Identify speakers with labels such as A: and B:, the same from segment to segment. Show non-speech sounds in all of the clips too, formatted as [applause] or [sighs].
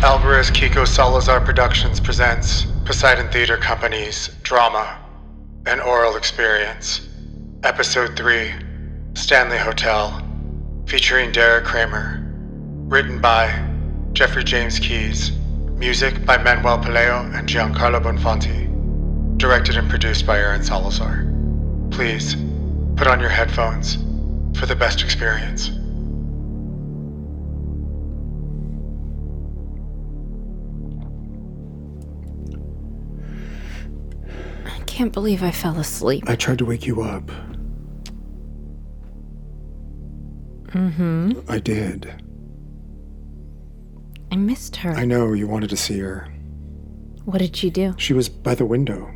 A: Studios Kiko Salazar Productions presents Poseidon Theater Company's drama, An Oral Experience, Episode 3 Stanley Hotel, featuring Derek Kramer. Written by Jeffrey James Keyes. Music by Manuel Paleo and Giancarlo Bonfanti. Directed and produced by Aaron Salazar. Please, put on your headphones for the best experience.
B: I can't believe I fell asleep.
A: I tried to wake you up.
B: Mm hmm.
A: I did.
B: I missed her.
A: I know you wanted to see her.
B: What did she do?
A: She was by the window.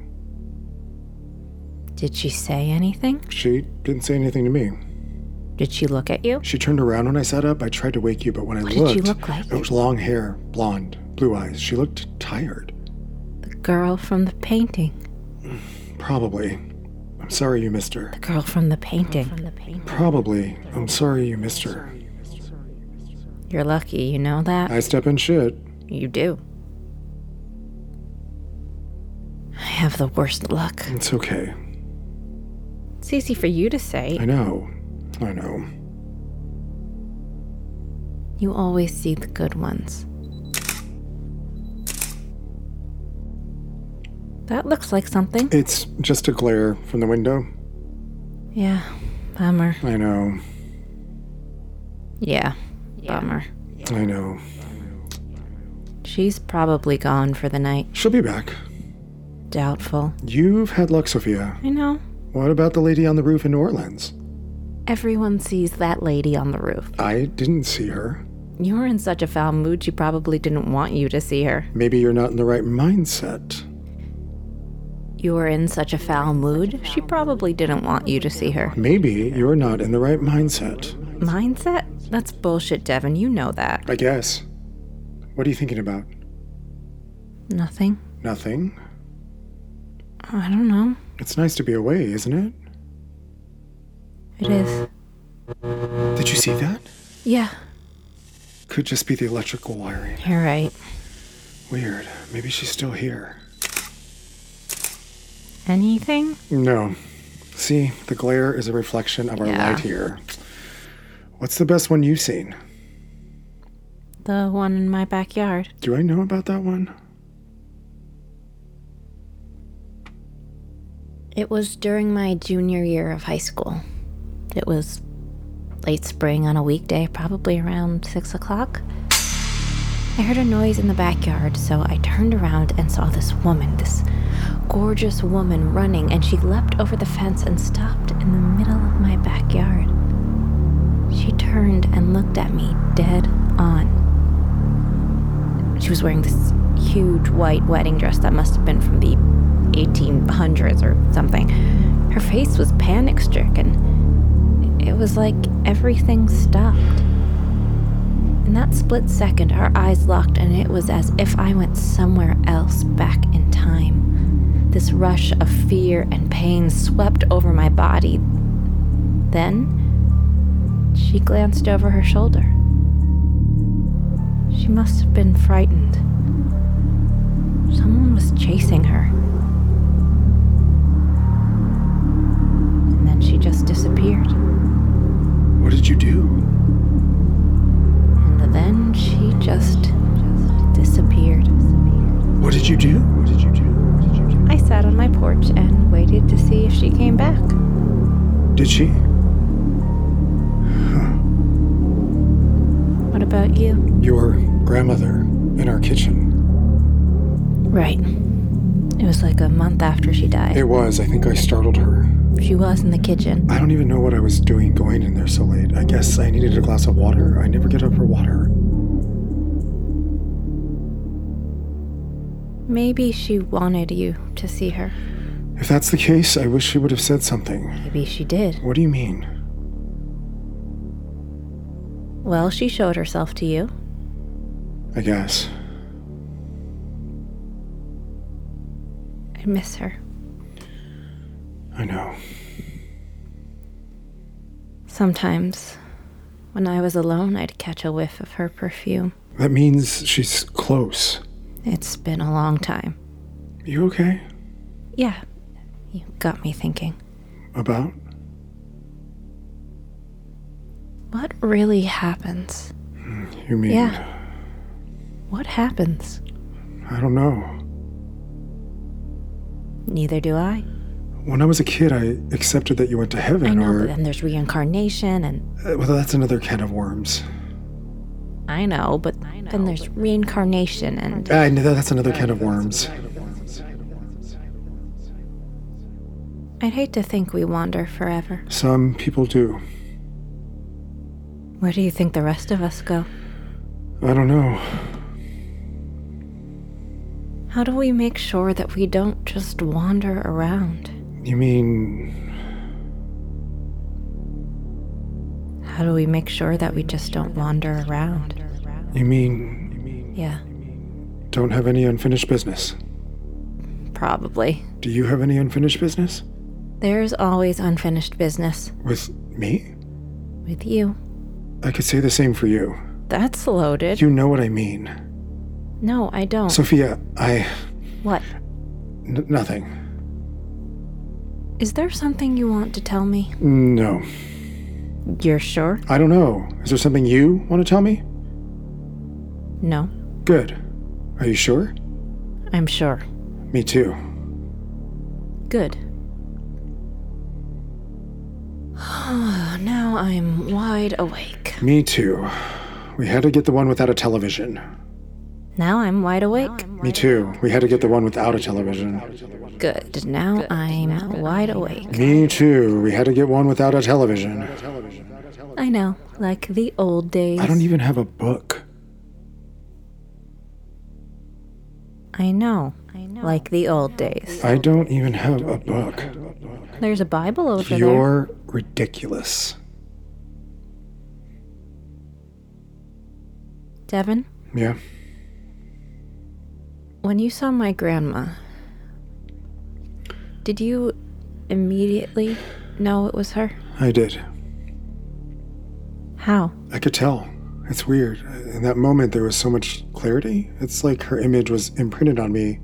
B: Did she say anything?
A: She didn't say anything to me.
B: Did she look at you?
A: She turned around when I sat up. I tried to wake you, but when I
B: What did
A: looked,
B: she look like?
A: it was long hair, blonde, blue eyes. She looked tired.
B: The girl from the painting.
A: Probably. I'm sorry you missed her.
B: The girl from the painting. From the painting.
A: Probably. I'm sorry you missed her.
B: You're lucky, you know that?
A: I step in shit.
B: You do. I have the worst luck.
A: It's okay.
B: It's easy for you to say.
A: I know. I know.
B: You always see the good ones. That looks like something.
A: It's just a glare from the window.
B: Yeah, bummer.
A: I know.
B: Yeah, bummer.
A: I know.
B: She's probably gone for the night.
A: She'll be back.
B: Doubtful.
A: You've had luck, Sophia.
B: I know.
A: What about the lady on the roof in New Orleans?
B: Everyone sees that lady on the roof.
A: I didn't see her.
B: You were in such a foul mood, she probably didn't want you to see her.
A: Maybe you're not in the right mindset.
B: You were in such a foul mood, she probably didn't want you to see her.
A: Maybe you're not in the right mindset.
B: Mindset? That's bullshit, Devin. You know that.
A: I guess. What are you thinking about?
B: Nothing.
A: Nothing.
B: I don't know.
A: It's nice to be away, isn't it?
B: It is.
A: Did you see that?
B: Yeah,
A: Could just be the electrical wiring.
B: you're right.
A: Weird. Maybe she's still here.
B: Anything?
A: No. See, the glare is a reflection of our
B: Yeah.
A: light here. What's the best one you've seen?
B: The one in my backyard.
A: Do I know about that one?
B: It was during my junior year of high school. It was late spring on a weekday, probably around six o'clock. I heard a noise in the backyard, so I turned around and saw this woman, this gorgeous woman, running, and she leapt over the fence and stopped in the middle of my backyard. She turned and looked at me dead on. She was wearing this huge white wedding dress that must have been from the 1800s or something. Her face was panic stricken. It was like everything stopped. In that split second, our eyes locked, and it was as if I went somewhere else back in time. This rush of fear and pain swept over my body. Then, she glanced over her shoulder. She must have been frightened. Someone was chasing her. And then she just disappeared.
A: What did you do?
B: And then she just disappeared.
A: What did you do? What did you do? What did you do?
B: I sat on my porch and waited to see if she came back.
A: Did she?
B: What about you?
A: Your grandmother in our kitchen.
B: Right. It was like a month after she died.
A: It was. I think I startled her.
B: She was in the kitchen.
A: I don't even know what I was doing going in there so late. I guess I needed a glass of water. I never get up for water.
B: Maybe she wanted you to see her.
A: If that's the case, I wish she would have said something.
B: Maybe she did.
A: What do you mean?
B: Well, she showed herself to you.
A: I guess.
B: I miss her.
A: I know.
B: Sometimes, when I was alone, I'd catch a whiff of her perfume.
C: That means she's close.
B: It's been a long time.
C: You okay?
B: Yeah, you got me thinking.
C: About?
B: What really happens?
C: You mean?
B: Yeah. What happens?
C: I don't know.
B: Neither do I.
C: When I was a kid, I accepted that you went to heaven,
B: I know,
C: or
B: but then there's reincarnation, and
C: Uh, well, that's another can of worms.
B: I know, but then there's reincarnation, and
C: Uh, I know that's another can of worms.
B: I'd hate to think we wander forever.
C: Some people do.
B: Where do you think the rest of us go?
C: I don't know.
B: How do we make sure that we don't just wander around?
C: You mean?
B: How do we make sure that we just don't wander around?
C: You mean? You mean?
B: Yeah,
C: Don't have any unfinished business.
B: probably.
C: Do you have any unfinished business
B: There's always unfinished business
C: with me?
B: with you.
C: I could say the same for you.
B: That's loaded.
C: You know what I mean,
B: No, I don't.
C: Sophia. I
B: what?
C: n- nothing.
B: Is there something you want to tell me?
C: No,
B: You're sure?
C: I don't know. Is there something you want to tell me?
B: No,
C: Good. Are you sure?
B: I'm sure.
C: Me too.
B: Good. [sighs] now I'm wide awake.
C: Me too. We had to get the one without a television.
B: Now I'm wide awake.
C: Me too. We had to get the one without a television.
B: Good. Now I'm wide awake.
C: Me too. We had to get one without a television.
B: I know, like the old days.
C: I don't even have a book.
B: I know, like the old days.
C: I don't even have a book.
B: There's a Bible over there.
C: You're ridiculous.
B: Devin,
C: Yeah.
B: when you saw my grandma, did you immediately know it was her?
C: I did.
B: How?
C: I could tell. It's weird. In that moment, there was so much clarity. It's like her image was imprinted on me,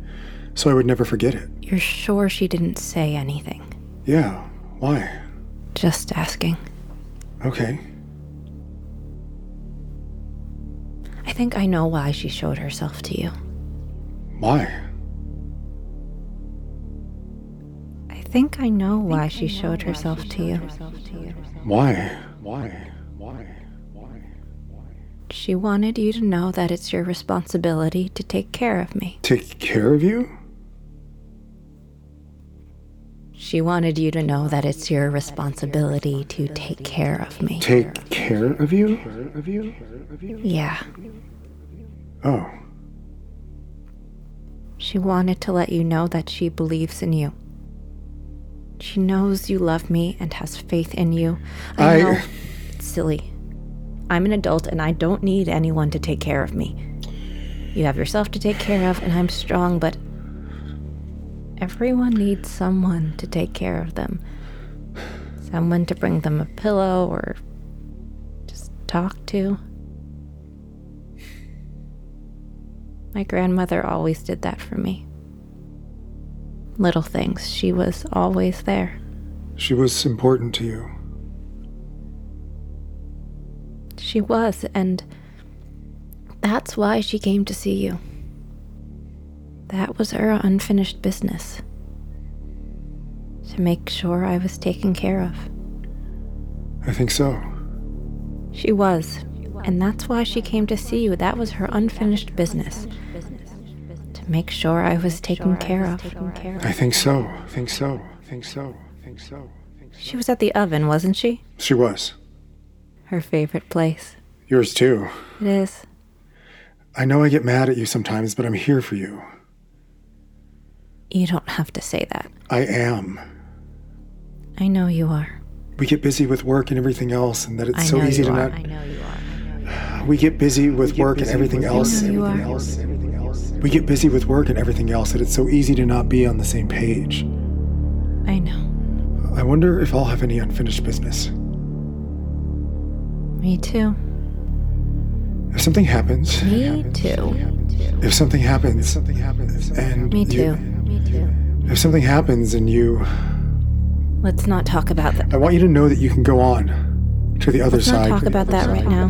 C: so I would never forget it.
B: You're sure she didn't say anything?
C: Yeah. Why?
B: Just asking.
C: Okay.
B: I think I know why she showed herself to you.
C: Why?
B: I think I know why she showed herself to you.
C: Why? Why? Why?
B: She wanted you to know that it's your responsibility to take care of me.
C: Take care of you?
B: She wanted you to know that it's your responsibility to take care of me.
C: Take care of you? Of you?
B: Yeah.
C: Oh,
B: She wanted to let you know that she believes in you. She knows you love me and has faith in you. I,
C: I-
B: know. It's silly. I'm an adult and I don't need anyone to take care of me. You have yourself to take care of, and I'm strong, but everyone needs someone to take care of them. Someone to bring them a pillow or just talk to. My grandmother always did that for me. Little things, she was always there.
C: she was important to you.
B: She was, and that's why she came to see you. That was her unfinished business. To make sure I was taken care of.
C: I think so.
B: She was, and that's why she came to see you. That was her unfinished business. To make sure I was taken care of.
C: I think so. Think so. Think so. Think so. Think so.
B: She was at the oven, wasn't she?
C: She was.
B: Her favorite place.
C: Yours too.
B: It is.
C: I know I get mad at you sometimes, but I'm here for you.
B: You don't have to say that.
C: I am.
B: I know you are.
C: We get busy with work and everything else, and that it's
B: I
C: so
B: know
C: easy
B: you
C: to
B: are.
C: not.
B: know you are.
C: We get busy with work and everything else.
B: know you
C: everything
B: are.
C: else, everything else. We get busy with work and everything else that it's so easy to not be on the same page.
B: I know.
C: I wonder if I'll have any unfinished business.
B: Me too.
C: If something happens,
B: Me too.
C: if something happens, if something happens, and
B: Me
C: you-
B: too. Me too.
C: if something happens and you,
B: Let's not talk about that.
C: I want you to know that you can go on to the other
B: Let's not
C: side.
B: talk about that right now.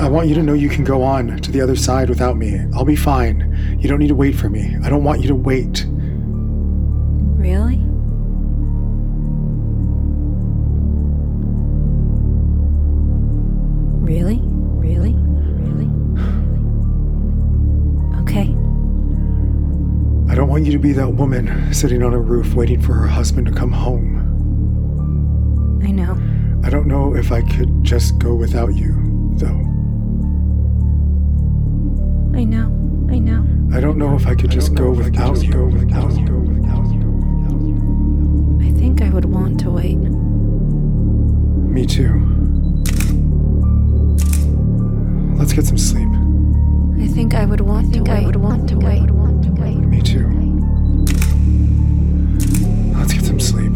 C: I want you to know you can go on to the other side without me. I'll be fine. You don't need to wait for me. I don't want you to wait.
B: Really? Really? Really? Really? Okay.
C: I don't want you to be that woman sitting on a roof waiting for her husband to come home.
B: I know.
C: I don't know if I could just go without you, though.
B: I know. I know.
C: I don't know if I could just go without you. Go without you.
B: I think I would want to wait.
C: Me too. Let's get some sleep.
B: I think I would want to wait. I would want to wait.
C: Me too. Let's get some sleep.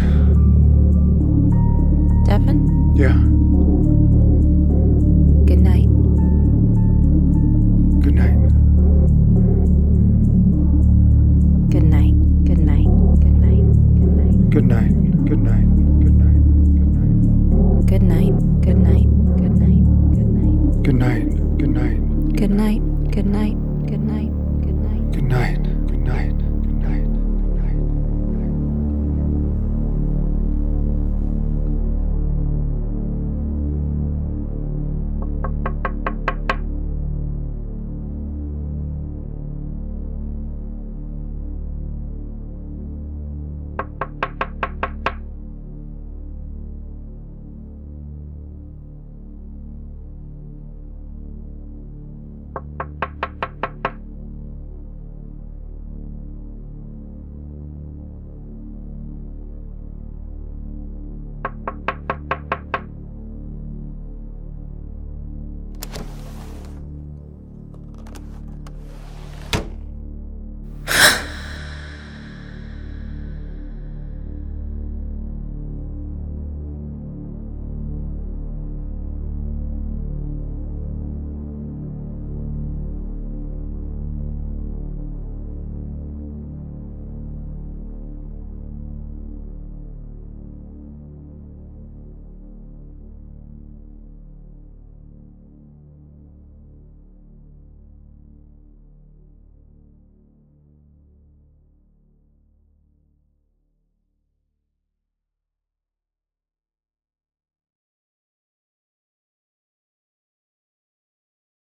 B: Devin,
C: Yeah.
B: good night.
C: Good night.
B: Good night. Good night. Good night. Good night.
C: Good night. Good night. Good night.
B: Good night. Good night. Good night. Good night.
C: Good night. Good night.
B: Good night. Good night. Good night. Good night.
C: Good night.